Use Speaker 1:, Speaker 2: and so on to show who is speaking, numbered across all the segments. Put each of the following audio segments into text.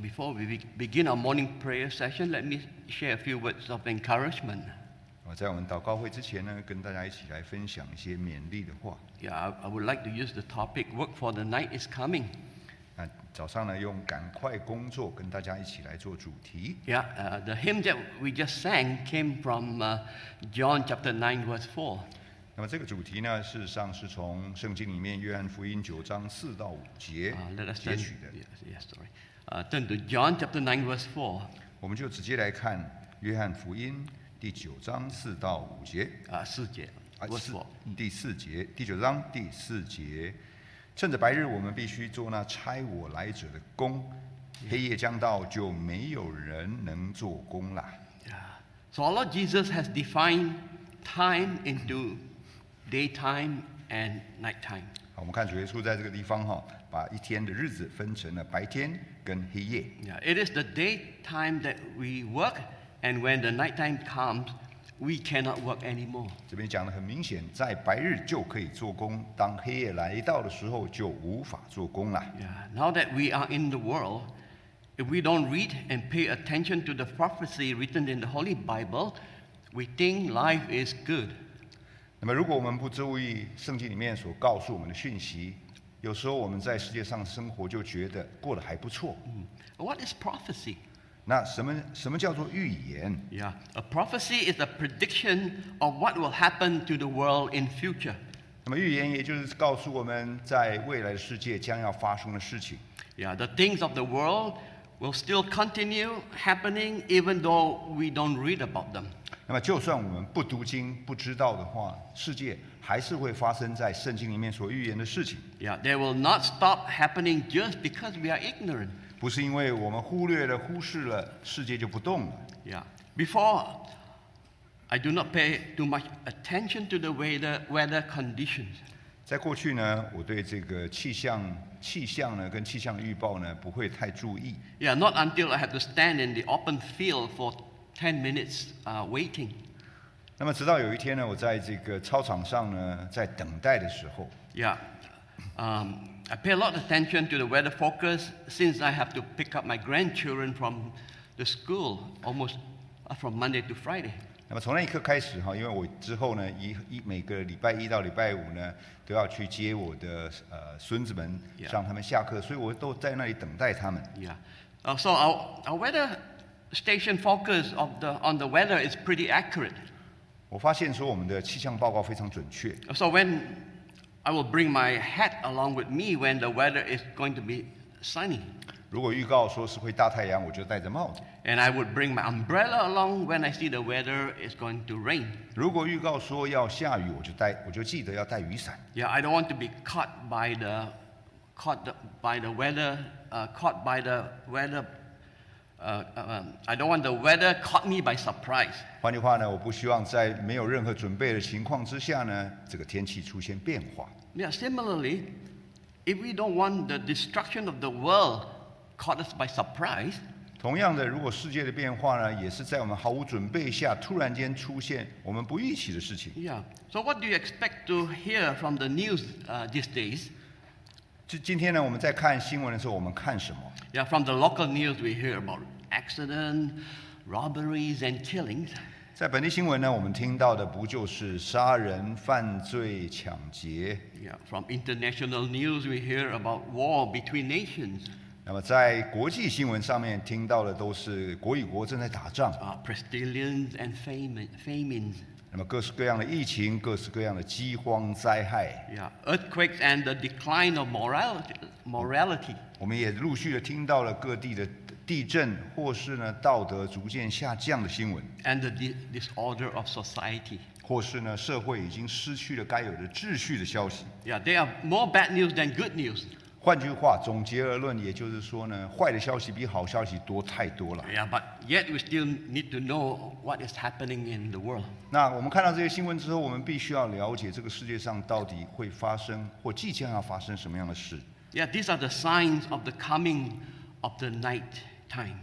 Speaker 1: Before we be- begin our morning prayer session, let me share a few words of encouragement.
Speaker 2: 啊，在我们祷告会之前呢，跟大家一起来分享一些勉励的话。
Speaker 1: Yeah, I, I would like to use the topic work for the night is coming.
Speaker 2: 那早上呢，用赶快工作跟大家一起来做主题。
Speaker 1: Yeah, uh, the hymn that we just sang came from uh, John chapter 9, verse 4.
Speaker 2: 那么这个主题呢，事实上是从圣经里面约翰福音九章四到五节
Speaker 1: Uh, let us
Speaker 2: 截
Speaker 1: turn,
Speaker 2: 取的。
Speaker 1: yes, yes, sorry. Uh, turn to John chapter 9, verse 4.
Speaker 2: 我们就直接来看约翰福音第九章四到五节。
Speaker 1: Uh, 四节, verse
Speaker 2: 啊，
Speaker 1: 嗯
Speaker 2: 四
Speaker 1: 4.
Speaker 2: 第四节，第九章第四节，趁着白日，我们必须做那差我来者的工，黑夜将到，就没有人能做工啦。
Speaker 1: Yeah. So our Lord Jesus has defined time into daytime and nighttime.
Speaker 2: 好，我们看主耶稣在这个地方哈、把一天的日子分成了白天跟黑夜。
Speaker 1: Yeah, it is the daytime that we work, and when the nighttime comes, we cannot work anymore.
Speaker 2: 这边讲的很明显，在白日就可以做工，当黑夜来到的时候就无法做工啦。
Speaker 1: Yeah, now that we are in the world, if we don't read and pay attention to the prophecy written in the Holy Bible, we think life is good.
Speaker 2: 那么，如果我们不注意圣经里面所告诉我们的讯息，有时候我们在世界上生活就觉得过得还不错。
Speaker 1: What is prophecy?
Speaker 2: 那什么什么叫做预言？
Speaker 1: Yeah, a prophecy is a prediction of what will happen to the world in future.
Speaker 2: 那么预言也就是告诉我们在未来的世界将要发生的事情。
Speaker 1: Yeah, the things of the world will still continue happening even though we don't read about them.
Speaker 2: 那么就算我们不读经、不知道的话，世界还是会发生在圣经里面所预言的事情。
Speaker 1: Yeah, they will not stop happening just because we are ignorant.
Speaker 2: 不是因为我们忽略了、忽视了，世界就不动了。
Speaker 1: Yeah. Before, I do not pay too much attention to the weather, weather conditions.
Speaker 2: 在过去呢，我对这个气象、气象呢跟气象预报呢不会太注意。
Speaker 1: Yeah, not until I have to stand in the open field for 10 minutes uh, waiting.
Speaker 2: 那么直到有一天呢，我在这个操场上呢，在等待的时候，
Speaker 1: Yeah. Um, I pay a lot of attention to the weather forecast since I have to pick up my grandchildren from the school almost uh, from Monday to Friday.
Speaker 2: 那么从那一刻开始哈，因为我之后呢，一一每个礼拜一到礼拜五呢，都要去接我的呃孙子们，
Speaker 1: Yeah.
Speaker 2: 让他们下课，所以我都在那里等待他们。
Speaker 1: Yeah. Uh, so our, our weather station focus of the, on the weather is pretty accurate.
Speaker 2: 我发现说我们的气象报告非常准确，
Speaker 1: Uh, So when I will bring my hat along with me when the weather is going to be sunny.
Speaker 2: 如果预告说是会大太阳，我就戴着帽子；
Speaker 1: And I would bring my umbrella along when I see the weather is going to rain.
Speaker 2: 如果预告说要下雨，我就带，我就记得要带雨伞。
Speaker 1: Yeah, I don't want to be caught by the caught the, by the weather uh, caught by the weather. Uh, um, I don't want the weather caught me by surprise.
Speaker 2: 换句话呢，我不希望在没有任何准备的情况之下呢，这个天气出现变化。
Speaker 1: Yeah, similarly, if we don't want the destruction of the world caught us by surprise,
Speaker 2: 同样的，如果世界的变化呢，也是在我们毫无准备下突然间出现我们不预期的事情。
Speaker 1: yeah. So what do you expect to hear from the news uh, these days?
Speaker 2: 今今天呢，我们在看新闻的时候，我们看什么？
Speaker 1: Yeah, from the local news we hear about accident, robberies, and killings.
Speaker 2: 在本地新闻呢，我们听到的不就是杀人、犯罪、抢劫？
Speaker 1: Yeah, from international news we hear about war between nations,
Speaker 2: 那么在国际新闻上面听到的都是国与国正在打仗，
Speaker 1: uh, pestilence and famine, famines.
Speaker 2: 那么各式各样的疫情、各式各样的饥荒灾害，
Speaker 1: Yeah, earthquakes and the decline of morality. Morality.
Speaker 2: 我们也陆续的听到了各地的地震或是呢道德逐渐下降的新闻，
Speaker 1: and the di- disorder of society.
Speaker 2: 或是呢社会已经失去了该有的秩序的消息。
Speaker 1: Yeah, there are more bad news than good news.
Speaker 2: 换句话，总结而论，也就是说呢，坏的消息比好消息多太多了。
Speaker 1: Yeah, but yet we still need to know what is happening in the world.
Speaker 2: 那我们看到这些新闻之后，我们必须要了解这个世界上到底会发生或即将要发生什么样的事。
Speaker 1: Yeah, these are the signs of the coming of the night time.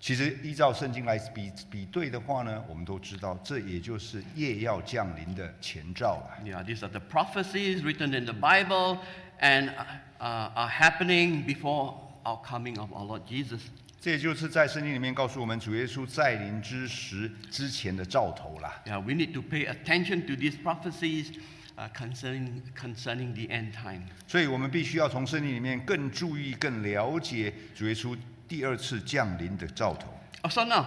Speaker 2: 其实依照圣经来比比对的话呢，我们都知道，这也就是夜要降临的前兆了。
Speaker 1: Yeah, these are the prophecies written in the Bible and uh, are uh, happening before our coming of our Lord Jesus.
Speaker 2: 这也就是在圣经里面告诉我们，主耶稣再临之时之前的兆头啦。
Speaker 1: Yeah, we need to pay attention to these prophecies uh, concerning, concerning the end time.
Speaker 2: 所以我们必须要从圣经里面更注意、更了解主耶稣第二次降临的兆头。
Speaker 1: Oh, So now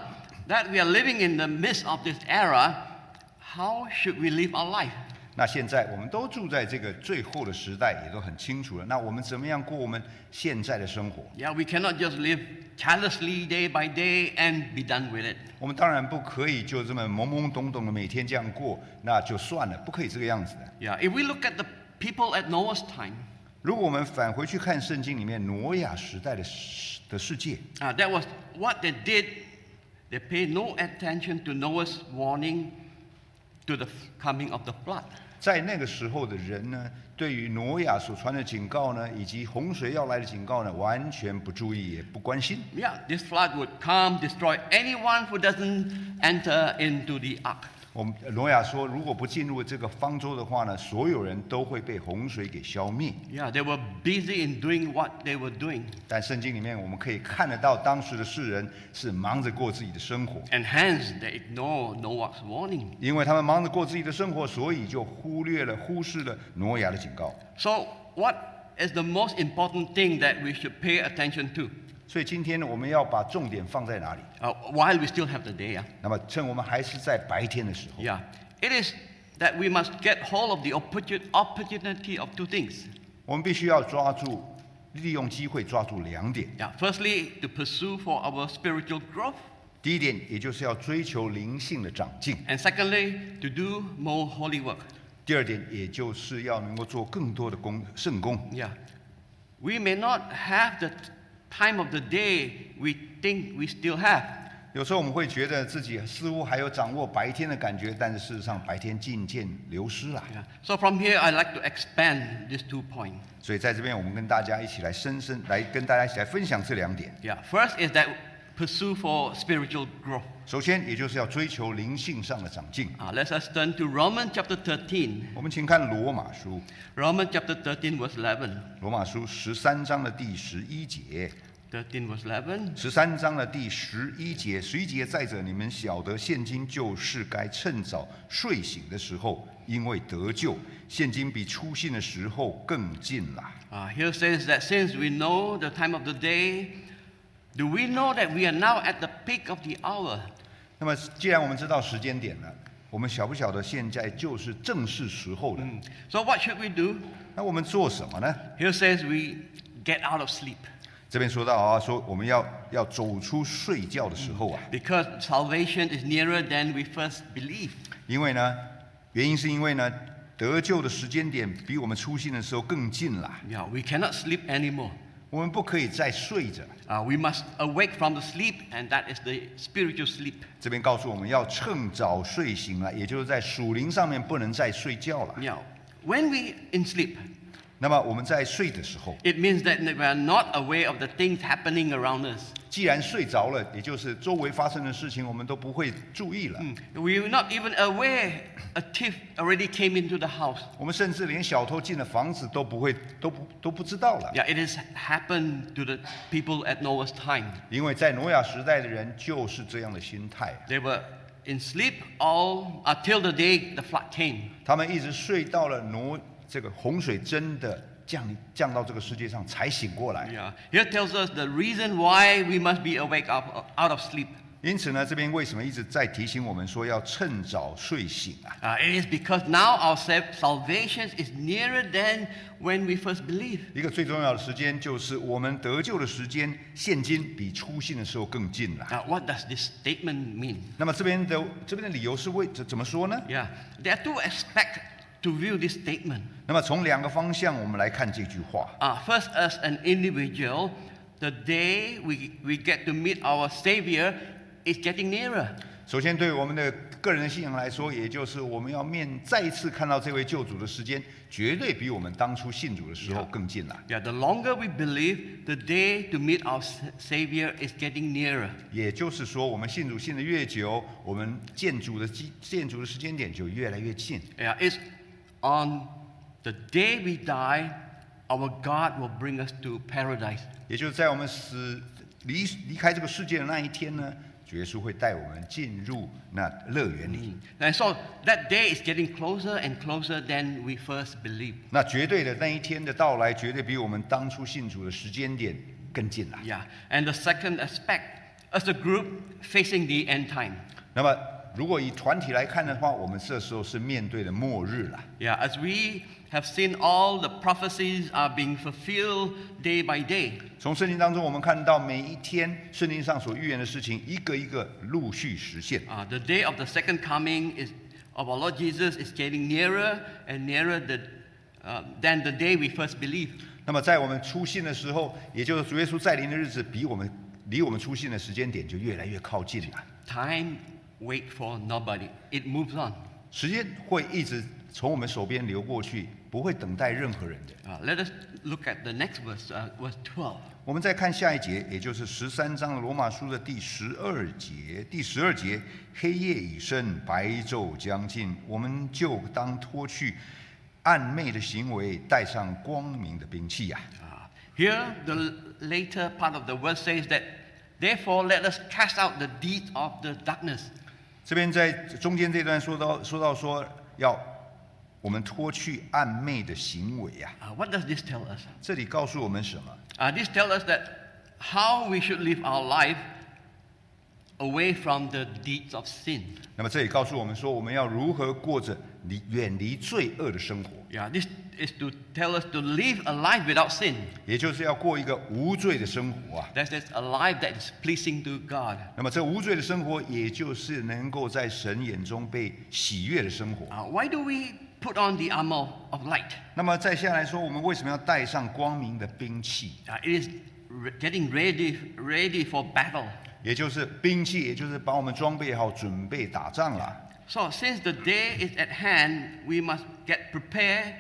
Speaker 1: that we are living in the midst of this era, how should we live our life?
Speaker 2: 那现在我们都住在这个最后的时代，也都很清楚了。那我们怎么样过我们现在的生活？
Speaker 1: Yeah, we cannot just live carelessly day by day and be done with it.
Speaker 2: 我们当然不可以就这么懵懵懂懂的每天这样过，那就算了，不可以这个样子的。
Speaker 1: Yeah, if we look at the people at Noah's time,
Speaker 2: 如果我们返回去看圣经里面挪亚时代的世的世界，
Speaker 1: uh, that was what they did. They paid no attention to Noah's warning to the f- coming of the flood.
Speaker 2: 在那个时候的人呢，对于挪亚所传的警告呢，以及洪水要来的警告呢，完全不注意也不关心。
Speaker 1: Yeah, this flood would come, destroy anyone who doesn't enter into the ark.
Speaker 2: 我们呃挪亚说，如果不进入这个方舟的话呢，所有人都会被洪水给消灭。
Speaker 1: Yeah, they were busy in doing what they were doing.
Speaker 2: 但圣经里面我们可以看得到，当时的世人是忙着过自己的生活，
Speaker 1: And hence, they ignore Noah's warning.
Speaker 2: 因为他们忙着过自己的生活，所以就忽略了、忽视了挪亚的警告。
Speaker 1: So, what is the most important thing that we should pay attention to
Speaker 2: 所以今天呢，我们要把重点放在哪里？
Speaker 1: uh, while we still have the day? Yeah?
Speaker 2: 那么趁我们还是在白天的时候，
Speaker 1: yeah, it is that we must get hold of the opportu- opportunity of two things.
Speaker 2: 我们必须要抓住、利用机会抓住两点。
Speaker 1: Yeah, firstly, to pursue for our spiritual growth,
Speaker 2: 第一点，也就是要追求灵性的长进；
Speaker 1: and secondly, to do more holy work.
Speaker 2: 第二点，也就是要能够做更多的功圣功。
Speaker 1: Yeah, we may not have the t- time of the day we think we still have.
Speaker 2: 有时候我们会觉得自己似乎还有掌握白天的感觉，但是事实上白天渐渐流失了。
Speaker 1: Yeah. So from here, I'd like to expand these two points.
Speaker 2: 所以在这边，我们跟大家一起来深深来跟大家一起来分享这两点。
Speaker 1: Yeah. First is that pursue for spiritual growth.
Speaker 2: 首先，也就是要追求灵性上的长进。
Speaker 1: Uh, let us turn to Romans chapter 13.
Speaker 2: 我们请看罗马书，
Speaker 1: Romans chapter 13, verse 11.
Speaker 2: 罗马书十三章的第十一节。
Speaker 1: 13, verse 11.
Speaker 2: 十三章的第十一节，十一节再者，你们晓得现今就是该趁早睡醒的时候，因为得救，现今比出信的时候更近了。
Speaker 1: Uh, here says that since we know the time of the day, do we know that we are now at the peak of the hour?
Speaker 2: 那么，既然我们知道时间点了，我们晓不晓得现在就是正是时候了？
Speaker 1: So what should we do?
Speaker 2: 那我们做什么呢？
Speaker 1: Here says we get out of sleep
Speaker 2: 这边说到啊，说我们要要走出睡觉的时候啊，
Speaker 1: because salvation is nearer than we first believe.
Speaker 2: 因为呢，原因是因为呢，得救的时间点比我们出信的时候更近了，
Speaker 1: Yeah, we cannot sleep anymore.
Speaker 2: 我们不可以再睡着。
Speaker 1: Uh, we must awake from the sleep, and that is the spiritual sleep.
Speaker 2: 这边告诉我们要趁早睡醒了，也就是在属灵上面不能再睡觉了。
Speaker 1: Now, when we in sleep,
Speaker 2: 那么我们在睡的时候，
Speaker 1: it means that we are not aware of the things happening around us.
Speaker 2: 既然睡着了，也就是周围发生的事情我们都不会注意了。
Speaker 1: We are not even aware a thief already came into the house.
Speaker 2: 我们甚至连小偷进了房子都不会都不都不知道了，
Speaker 1: Yeah, it has happened to the people at Noah's time.
Speaker 2: 因为在挪亚时代的人就是这样的心态，啊
Speaker 1: They were in sleep all until the day the flood came.
Speaker 2: 他们一直睡到了挪这个洪水真的降降到这个世界上才醒过来。
Speaker 1: Yeah. Here tells us the reason why we must be awake up, out of sleep.
Speaker 2: 因此呢，这边为什么一直在提醒我们说要趁早睡醒啊？
Speaker 1: Uh, it is because now our sa- salvation is nearer than when we first believe.
Speaker 2: 一个最重要的时间就是我们得救的时间，现今比出信的时候更近了。
Speaker 1: Now, what does this statement mean?
Speaker 2: 那么这边的这边的理由是为怎怎么说呢？
Speaker 1: Yeah, there are two aspects to view this statement.
Speaker 2: 那么从两个方向我们来看这句话。
Speaker 1: Uh, first, as an individual, the day we, we get to meet our Savior is getting nearer.
Speaker 2: 首先，对我们的个人的信仰来说，也就是我们要面再一次看到这位救主的时间，绝对比我们当初信主的时候更近了。
Speaker 1: Yeah, the longer we believe, the day to meet our Sa- Savior is getting nearer.
Speaker 2: 也就是说，我们信主信的越久，我们见主的基见主的时间点就越来越近。
Speaker 1: Yeah, it's on the day we die, our God will bring us to paradise.
Speaker 2: 也就是在我们死离离开这个世界的那一天呢，主耶稣会带我们进入那乐园里。
Speaker 1: Mm. And so that day is getting closer and closer than we first believed.
Speaker 2: 那绝对的那一天的到来，绝对比我们当初信主的时间点更近了。
Speaker 1: Yeah. And the second aspect, as a group facing the end time.
Speaker 2: 那么，如果以团体来看的话，我们这时候是面对的末日了。
Speaker 1: Yeah, as we have seen all the prophecies are being fulfilled day by day.
Speaker 2: 从圣经当中，我们看到每一天圣经上所预言的事情，一个一个陆续实现。
Speaker 1: Uh, the day of the second coming is of our Lord Jesus is getting nearer and nearer the, uh, than the day we first believed.
Speaker 2: 那么，在我们出信的时候，也就是主耶稣再临的日子，比我们离我们出信的时间点就越来越靠近了。
Speaker 1: Time wait for nobody. It moves on.
Speaker 2: 时间会一直从我们手边流过去，不会等待任何人的。
Speaker 1: Uh, let us look at the next verse, uh, verse 12.
Speaker 2: 我们再看下一节，也就是十三章的罗马书的第十二节。第十二节，黑夜已深，白昼将近，我们就当脱去暗昧的行为，带上光明的兵器呀、
Speaker 1: Uh, here, the l- later part of the verse says that, therefore, let us cast out the deeds of the darkness.
Speaker 2: 这边在中间这段说到说到说要我们脱去暗昧的行为呀、
Speaker 1: Uh, what does this tell us?
Speaker 2: 这里告诉我们什么？
Speaker 1: Uh, this tells us that how we should live our life away from the deeds of sin.
Speaker 2: 那么这里告诉我们说，我们要如何过着离远离罪恶的生活，
Speaker 1: Yeah, this is to tell us to live a life without sin.
Speaker 2: 也就是要过一个无罪的生活啊。
Speaker 1: That is a life that is pleasing to God.
Speaker 2: 那么这无罪的生活，也就是能够在神眼中被喜悦的生活。
Speaker 1: Uh, why do we put on the armor of light?
Speaker 2: 那么再下来说，我们为什么要带上光明的兵器？
Speaker 1: Uh, it is re- getting ready, ready for battle.
Speaker 2: 也就是兵器，也就是把我们装备好，准备打仗了。
Speaker 1: So, since the day is at hand, we must get prepared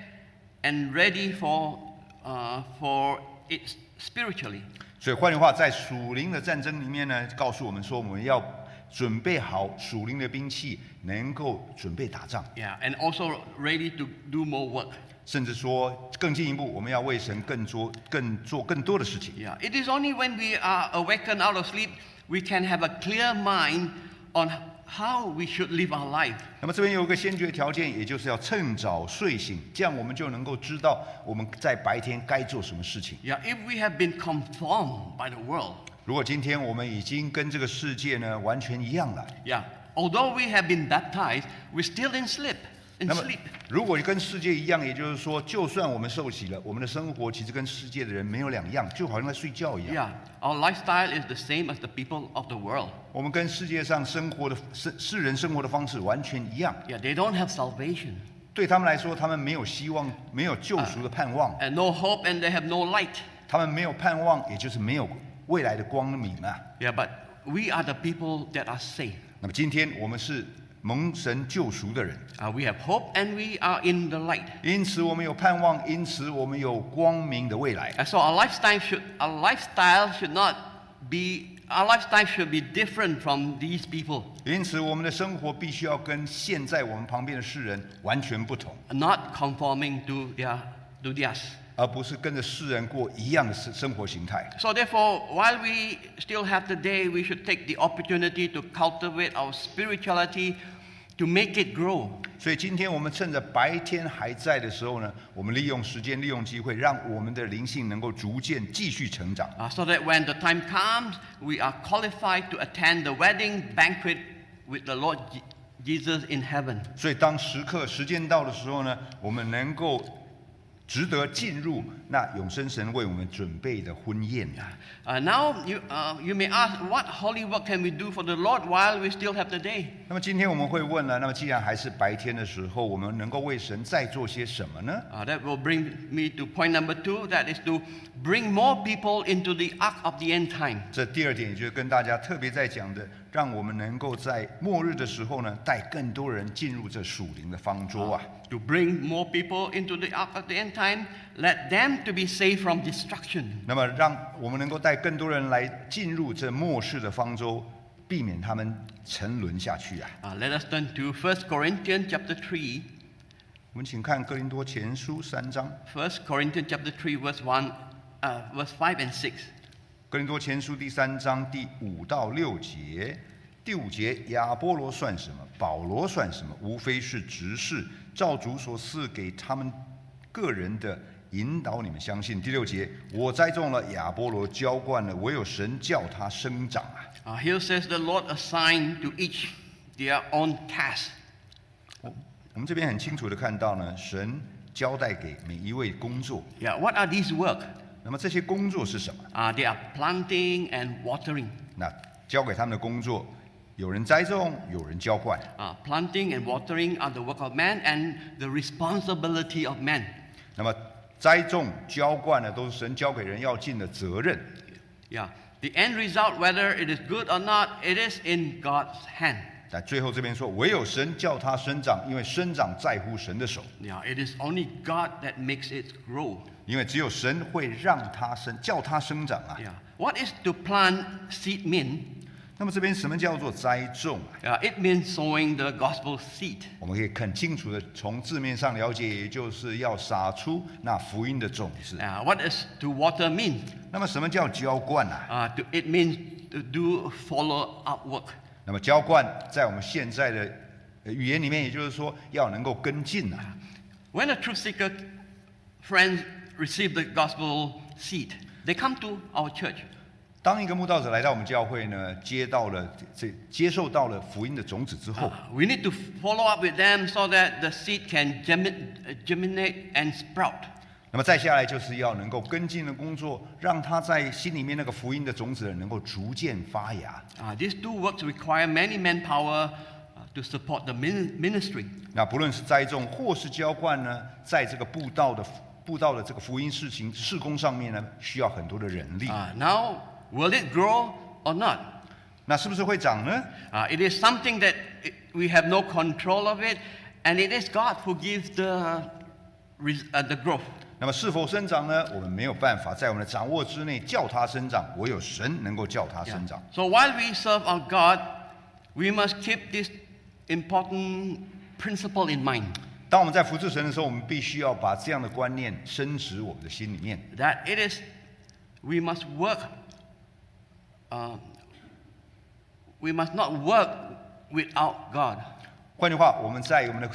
Speaker 1: and ready for, uh, for it spiritually.
Speaker 2: 所以换句话，在属灵的战争里面呢，告诉我们说，我们要准备好属灵的兵器，能够准备打仗，
Speaker 1: Yeah, and also ready to do more work.
Speaker 2: 甚至说更进一步，我们要为神更多、更做更多的事情。
Speaker 1: Yeah, it is only when we are awakened out of sleep we can have a clear mind on how we should live our life.
Speaker 2: 那么这边有一个先决条件，也就是要趁早睡醒，这样我们就能够知道我们在白天该做什么事情。
Speaker 1: Yeah, if we have been conformed by the world,
Speaker 2: 如果今天我们已经跟这个世界呢完全一样了，
Speaker 1: yeah, although we have been baptized, we're still in sleep, in
Speaker 2: 那么
Speaker 1: sleep.
Speaker 2: 如果跟世界一样，也就是说，就算我们受洗了，我们的生活其实跟世界的人没有两样，就好像在睡觉一样。
Speaker 1: Yeah, our lifestyle is the same as the people of the world.
Speaker 2: 我们跟世界上生活的世世人生活的方式完全一样，
Speaker 1: Yeah, they don't have salvation
Speaker 2: 对他们来说，他们没有希望，没有救赎
Speaker 1: 啊
Speaker 2: 的盼望，
Speaker 1: and no hope, and they have no light.
Speaker 2: 他们没有盼望，也就是没有未来的光明啊。
Speaker 1: Yeah, but we are the people that are saved.
Speaker 2: 那么今天我们是蒙神救赎的人，
Speaker 1: Uh, we have hope, and we are in the light.
Speaker 2: 因此我们有盼望，因此我们有光明的未来。
Speaker 1: And so our lifestyle should our lifestyle should not be our lifestyle should be different from these people,
Speaker 2: 因此我们的生活必须要跟现在我们旁边的世人完全不同，
Speaker 1: not conforming to their to theirs.
Speaker 2: 而不是跟着世人过一样的生生活形态。
Speaker 1: So therefore, while we still have the day, we should take the opportunity to cultivate our spirituality to make it grow.
Speaker 2: 所以今天我们趁着白天还在的时候呢，我们利用时间、利用机会，让我们的灵性能够逐渐继续成长，
Speaker 1: uh, so that when the time comes, we are qualified to attend the wedding banquet with the Lord Je- Jesus in heaven.
Speaker 2: 所以当时刻时间到的时候呢，我们能够值得进入那永生神为我们准备的婚宴啊。
Speaker 1: Uh, now, you, uh, you may ask, what holy work can we do for the Lord while we still have the day?
Speaker 2: 那么今天我们会问了，那么既然还是白天的时候，我们能够为神再做些什么呢？
Speaker 1: Uh, that will bring me to point number two that is to bring more people into the ark of the end time.
Speaker 2: 这第二点，也就是跟大家特别在讲的，让我们能够在末日的时候呢，带更多人进入这属灵的方舟啊。
Speaker 1: To bring more people into the ark of the end time, let them to be saved from destruction.
Speaker 2: 那么，让我们能够带更多人来进入这末世的方舟，避免他们沉沦下去啊。
Speaker 1: Uh, let us turn to 1 Corinthians chapter 3.
Speaker 2: 我们请看哥林多前书三章，
Speaker 1: 1 Corinthians chapter 3, verse 1, uh, verse 5 and 6.
Speaker 2: 哥林多前书第三章第五到六节，第五节亚波罗算什么？保罗算什么？无非是执事，照主所赐给他们个人的引导，你们相信。第六节，我栽种了，亚波罗浇灌了，唯有神叫它生长啊。
Speaker 1: Uh, here says the Lord assigned to each their own task.
Speaker 2: 我们这边很清楚的看到呢，神交代给每一位工作。
Speaker 1: Yeah, what are these work?
Speaker 2: 那么这些工作是什么？
Speaker 1: Uh, they are planting and watering.
Speaker 2: 那交给他们的工作，有人栽种，有人浇灌。
Speaker 1: Uh, planting and watering are the work of man and the responsibility of man.
Speaker 2: 那么栽种、浇灌呢，都是神交给人要尽的责任。
Speaker 1: Yeah, the end result, whether it is good or not, it is in God's hand.
Speaker 2: 但最后这边说，唯有神叫它生长，因为生长在乎神的手，
Speaker 1: Yeah, it is only God that makes it grow.
Speaker 2: 因为只有神会让它生，叫它生长啊。
Speaker 1: Yeah, what is to plant seed mean?
Speaker 2: 那么这边什么叫做栽种啊？
Speaker 1: Yeah, it means sowing the gospel seed.
Speaker 2: 我们可以很清楚的从字面上了解，也就是要撒出那福音的种子。
Speaker 1: Uh, what is to water mean?
Speaker 2: 那么什么叫浇灌啊？
Speaker 1: Uh, to, it means to do follow up work.
Speaker 2: 那么浇灌在我们现在的呃语言里面，也就是说要能够跟进啊。
Speaker 1: When a truth seeker friends receive the gospel seed, they come to our church.
Speaker 2: 当一个慕道者来到我们教会呢，接到了这接受到了福音的种子之后，
Speaker 1: We need to follow up with them so that the seed can germi- uh, germinate and sprout.
Speaker 2: 那么再下来就是要能够跟进的工作，让他在心里面那个福音的种子能够逐渐发芽。
Speaker 1: Uh, these two works require many manpower uh, to support the min- ministry.
Speaker 2: 那不论是栽种或是浇灌呢，在这个布道的布道的这个福音事情事工上面呢，需要很多的人力。
Speaker 1: Uh, now, will it grow or not?
Speaker 2: 那是不是会长呢？
Speaker 1: Uh, it is something that it, we have no control of it, and it is God who gives the, res- uh, the growth.
Speaker 2: 那么是否生长呢？我们没有办法在我们的掌握之内叫它生长，唯有神能够叫它
Speaker 1: Yeah.
Speaker 2: 生长。
Speaker 1: So while we serve our God, we must keep this important principle in mind
Speaker 2: 当我们在服侍神的时候，我们必须要把这样的观念深植我们的心里面。
Speaker 1: that it is, we must work, uh, we must not work without God.
Speaker 2: 换句话，我们在我们的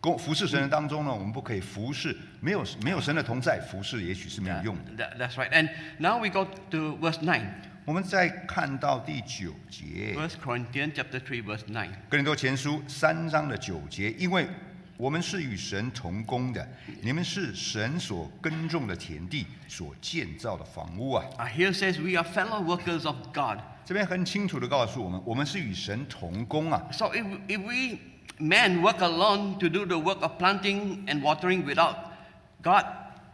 Speaker 2: 工服侍神的当中呢，我们不可以服侍没有没有神的同在，服侍也许是没有
Speaker 1: Yeah,
Speaker 2: 用的。
Speaker 1: that- that's right. And now we go to verse 9,
Speaker 2: 我们再看到第九节，
Speaker 1: First Corinthians chapter 3, verse 9.
Speaker 2: 哥林多前书三章的九节，因为我们是与神同工的，你们是神所耕种的田地，所建造的房屋啊。
Speaker 1: Uh, here says, We are fellow workers of God.
Speaker 2: 这边很清楚的告诉我们，我们是与神同工啊。
Speaker 1: So if, if we men work alone to do the work of planting and watering without God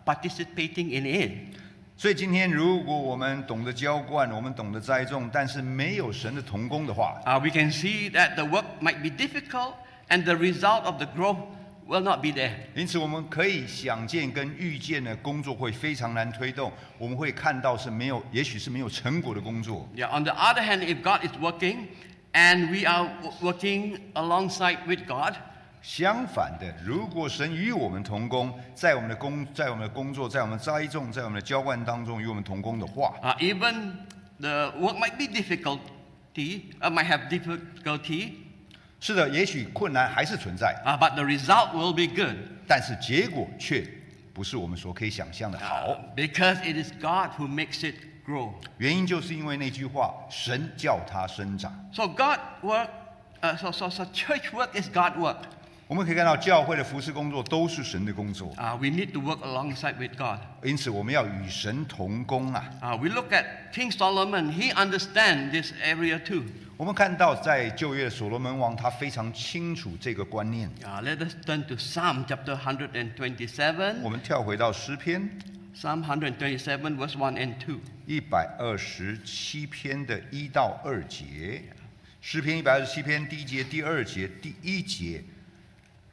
Speaker 1: participating in it,
Speaker 2: 所以今天，如果我们懂得浇灌，我们懂得栽种，但是没有神的同工的话，
Speaker 1: uh, we can see that the work might be difficult and the result of the growth will not be there.
Speaker 2: 因此我们可以想见跟预见的工作会非常难推动，我们会看到是没有，也许是没有成果的工作。
Speaker 1: Yeah, on the other hand, if God is working and we are w- working alongside with God,
Speaker 2: 相反的，如果神与我们同工，在我们的工，在我们的工作，在我们栽种，在我们的浇灌当中与我们同工的话，
Speaker 1: uh, even the work might be difficulty, uh, might have difficulty,
Speaker 2: 是的，也许困难还是存在，
Speaker 1: uh, but the result will be good.
Speaker 2: 但是结果却不是我们所可以想象的好
Speaker 1: Uh,。because it is God who makes it grow.
Speaker 2: 原因就是因为那句话：“神叫它生长。
Speaker 1: So God work, uh, so, so, so church work is God work. ”
Speaker 2: 我们可以看到，教会的服侍工作都是神的工作，
Speaker 1: Uh, we need to work alongside with God.
Speaker 2: 因此我们要与神同工啊。
Speaker 1: Uh, we look at King Solomon, he understands this area too.
Speaker 2: 我们看到，在旧约所罗门王，他非常清楚这个观念。
Speaker 1: Uh, let us turn to Psalm chapter 127,
Speaker 2: 我们跳回到诗篇
Speaker 1: Psalm 127, verse 1 and 2.
Speaker 2: 一百二十七篇的一到二节，诗篇一百二十七篇第一节、第二节、第一节。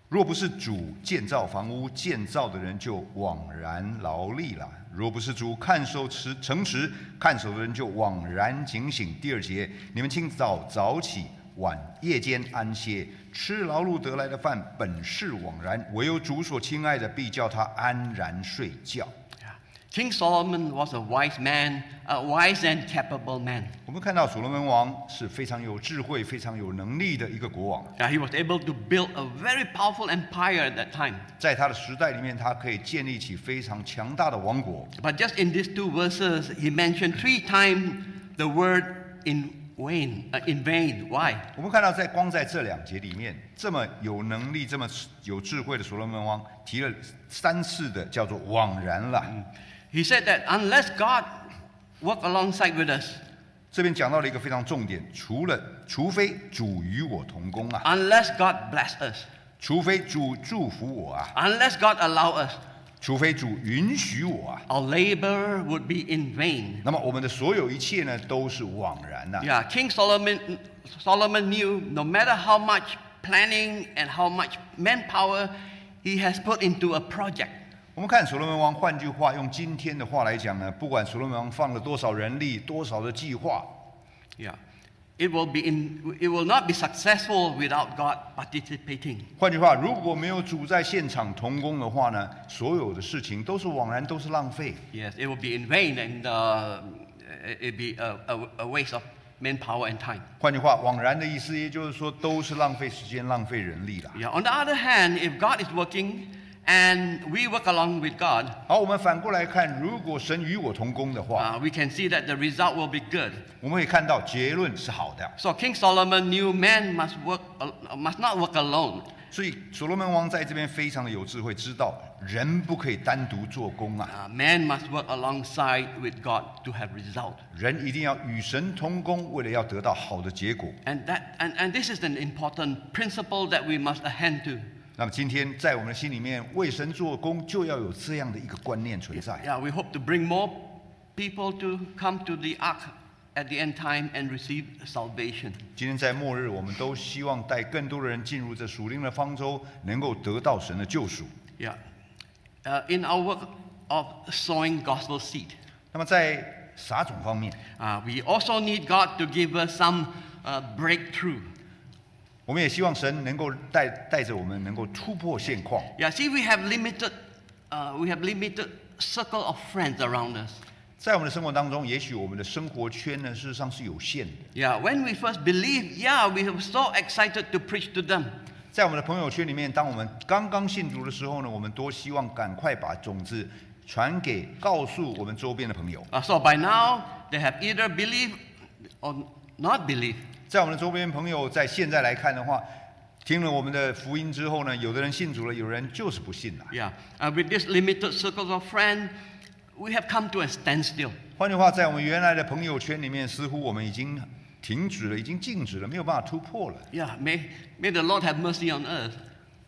Speaker 2: 若不是主建造房屋，建造的人就枉然劳力了；若不是主看守持城池，看守的人就枉然警醒。第二节，你们清早早起，晚夜间安歇，吃劳碌得来的饭，本是枉然；唯有主所亲爱的，必叫他安然睡觉。
Speaker 1: Yeah. King Solomon was a wise man, a wise and capable man.
Speaker 2: 我们看到所罗门王是非常有智慧、非常有能力的一个国王，
Speaker 1: Now, he was able to build a very powerful empire at that time.
Speaker 2: 在他的时代里面，他可以建立起非常强大的王国。
Speaker 1: But just in these two verses, he mentioned three times the word in vain. uh, in vain. Why?
Speaker 2: 我们看到，在光在这两节里面，这么有能力、这么有智慧的所罗门王提了三次的叫做枉然了。
Speaker 1: He said that unless God work alongside with us,
Speaker 2: 这边讲到了一个非常重点，除了除非主与我同工啊，
Speaker 1: unless God bless us,
Speaker 2: 除非主祝福我啊，
Speaker 1: unless God allow us,
Speaker 2: 除非主允许我啊，
Speaker 1: our labor would be in vain.
Speaker 2: 那么我们的所有一切呢都是枉然啊呐、
Speaker 1: Yeah, King Solomon Solomon knew no matter how much planning and how much manpower he has put into a project,
Speaker 2: 我们看所罗门王，换句话，用今天的话来讲呢，不管所罗门王放了多少人力、多少的计划，
Speaker 1: yeah, it will be in, it will not be successful without God participating.
Speaker 2: 换句话，如果没有主在现场同工的话呢，所有的事情都是枉然，都是浪费。
Speaker 1: Yes, it will be in vain and uh, it'd be a, a, a waste of manpower and time.
Speaker 2: 换句话，枉然的意思，也就是说，都是浪费时间、浪费人力啦。
Speaker 1: Yeah, on the other hand, if God is working and we work along with God,
Speaker 2: 好，我们反过来看，如果神与我同工的话，
Speaker 1: uh, we can see that the result will be good.
Speaker 2: 我们会看到结论是好的。
Speaker 1: So King Solomon knew man must work al- must not work alone.
Speaker 2: 所以所罗门王在这边非常的有智慧，知道人不可以单独做工
Speaker 1: Uh,
Speaker 2: 啊，
Speaker 1: man must work alongside with God to have result.
Speaker 2: 人一定要与神同工，为了要得到好的结果。
Speaker 1: And that and, and this is an important principle that we must attend to.
Speaker 2: 那么今天在我们的心里面，为神做工就要有这样的一个观念存在。
Speaker 1: Yeah, we hope to bring more people to come to the ark at the end time and receive salvation.
Speaker 2: 今天在末日，我们都希望带更多的人进入这属灵的方舟，能够得到神的救赎。
Speaker 1: Yeah. Uh, in our work of sowing gospel seed,
Speaker 2: 那么在撒种方面，
Speaker 1: uh, we also need God to give us some uh, breakthrough.
Speaker 2: 我们也希望神能够带带着我们能够突破现况。
Speaker 1: Yeah, see, we have limited, uh, we have limited circle of friends around us.
Speaker 2: 在我们的生活当中，也许我们的生活圈呢，事实上是有限的。
Speaker 1: Yeah, when we first believed, yeah, we were so excited to preach to them.
Speaker 2: 在我们的朋友圈里面，当我们刚刚信主的时候呢，我们多希望赶快把种子传给告诉我们周边的朋友。
Speaker 1: Uh, so by now, they have either believed or not believed.
Speaker 2: 在我们的周边朋友，在现在来看的话，听了我们的福音之后呢，有的人信主了，有人就是不信了。
Speaker 1: Yeah, uh, with this limited circle of friends, we have come to a standstill.
Speaker 2: 换句话，在我们原来的朋友圈里面，似乎我们已经停止了，已经静止了，没有办法突破了。
Speaker 1: Yeah, may, may the Lord have mercy on us.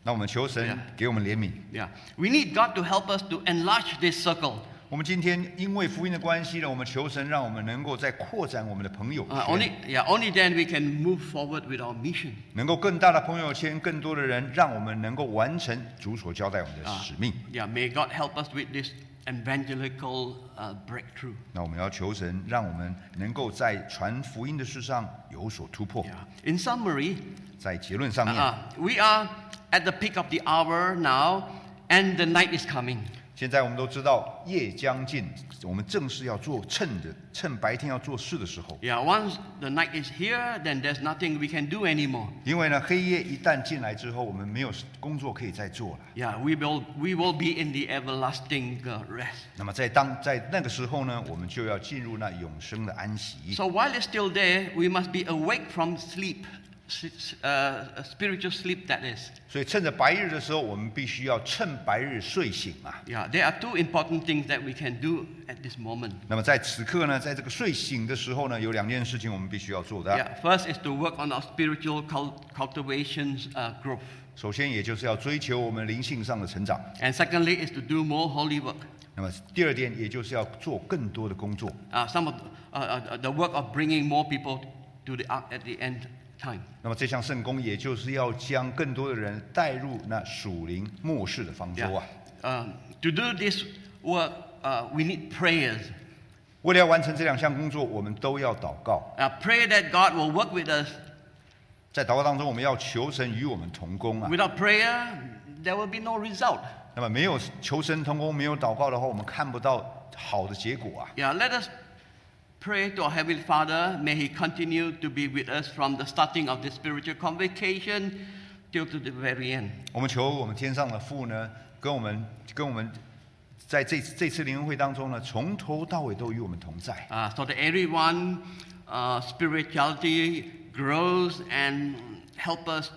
Speaker 2: 那我们求神给我们怜悯。
Speaker 1: Yeah, we need God to help us to enlarge this circle.
Speaker 2: 我们今天因为福音的关系呢，我们求神让我们能够再扩展啊我们的朋友
Speaker 1: Uh,
Speaker 2: 圈，
Speaker 1: only, yeah, only then we can move forward with our mission.
Speaker 2: 能够更大的朋友圈，更多的人，让我们能够完成主所交代我们的使命。
Speaker 1: Ah, Yeah, may God help us with this evangelical uh, breakthrough.
Speaker 2: 那我们要求神，让我们能够在传福音的事上有所突破。
Speaker 1: Yeah. In summary,
Speaker 2: 在结论上
Speaker 1: uh,
Speaker 2: 面。
Speaker 1: uh, we are at the peak of the hour now, and the night is coming.
Speaker 2: 现在我们都知道夜将近，我们正是要做趁着趁白天要做事的时候，
Speaker 1: Yeah, once the night is here, then there's nothing we can do anymore.
Speaker 2: 因为呢黑夜一旦进来之后，我们没有工作可以再做了。
Speaker 1: Yeah, we will, we will be in the everlasting uh, rest.
Speaker 2: 那么在当在那个时候呢，我们就要进入那永生的安息。
Speaker 1: So while it's still there, we must be awake from sleep, s- s- uh, spiritual sleep that is.
Speaker 2: 所以趁着白日的时候，我们必须要趁白日睡醒啊。
Speaker 1: Yeah, there are two important things that we can do at this moment.
Speaker 2: 那么在此刻呢，在这个睡醒的时候呢，有两件事情我们必须要做的。
Speaker 1: Yeah, first is to work on our spiritual cul- cultivations uh, growth.
Speaker 2: 首先，也就是要追求我们灵性上的成长。
Speaker 1: And secondly is to do more holy work.
Speaker 2: 那么第二点，也就是要做更多的工作。
Speaker 1: Uh, some of uh, uh, the work of bringing more people to the ark at the end time.
Speaker 2: 那么这项圣功，也就是要将更多的人带入那属灵末世的方舟
Speaker 1: Yeah.
Speaker 2: 啊。
Speaker 1: Um, to do this work, uh, we need prayers.
Speaker 2: 为了要完成这两项工作，我们都要祷告。
Speaker 1: Uh, pray that God will work with us.
Speaker 2: 在祷告当中，我们要求神与我们同工啊。
Speaker 1: Without prayer, there will be no result.
Speaker 2: 那么没有求神同工，没有祷告的话，我们看不到好的结果啊！
Speaker 1: Yeah, let us pray to our Heavenly Father. May He continue to be with us from the starting of this spiritual convocation till to the very end.
Speaker 2: 我们求我们天上的父呢，跟我们跟我们在这这次灵恩会当中呢，从头到尾都与我们同在，
Speaker 1: Uh, so that everyone, uh, spirituality grows and help us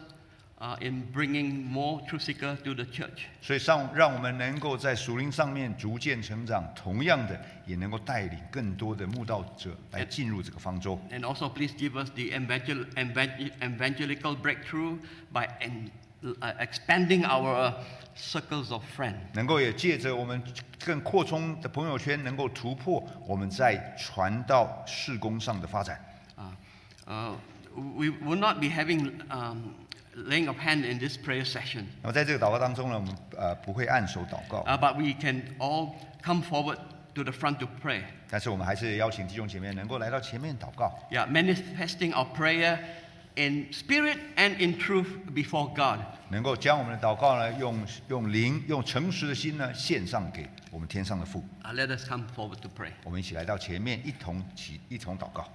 Speaker 1: uh, in bringing more truth seeker to the church.
Speaker 2: 所以上让我们能够在属灵上面逐渐成长，同样的也能够带领更多的慕道者来进入这个方舟。
Speaker 1: And also, please give us the evangel- evangel- evangelical breakthrough by en- uh, expanding our uh, circles of friends.
Speaker 2: 能够也借着我们更扩充的朋友圈，能够突破我们在传道事工上的发展。
Speaker 1: Uh, uh, we will not be having um, laying of hand in this prayer session,
Speaker 2: 那么在这个祷告当中呢，我们呃不会按手祷告，
Speaker 1: uh, but we can all come forward to the front to pray.
Speaker 2: 但是我们还是邀请弟兄姐妹能够来到前面祷告，
Speaker 1: Yeah, manifesting our prayer in spirit and in truth before God.
Speaker 2: 能够将我们的祷告呢，用用灵、用诚实的心呢，献上给我们天上的父。
Speaker 1: Uh, let us come forward to pray.
Speaker 2: 我们一起来到前面，一同起一同祷告。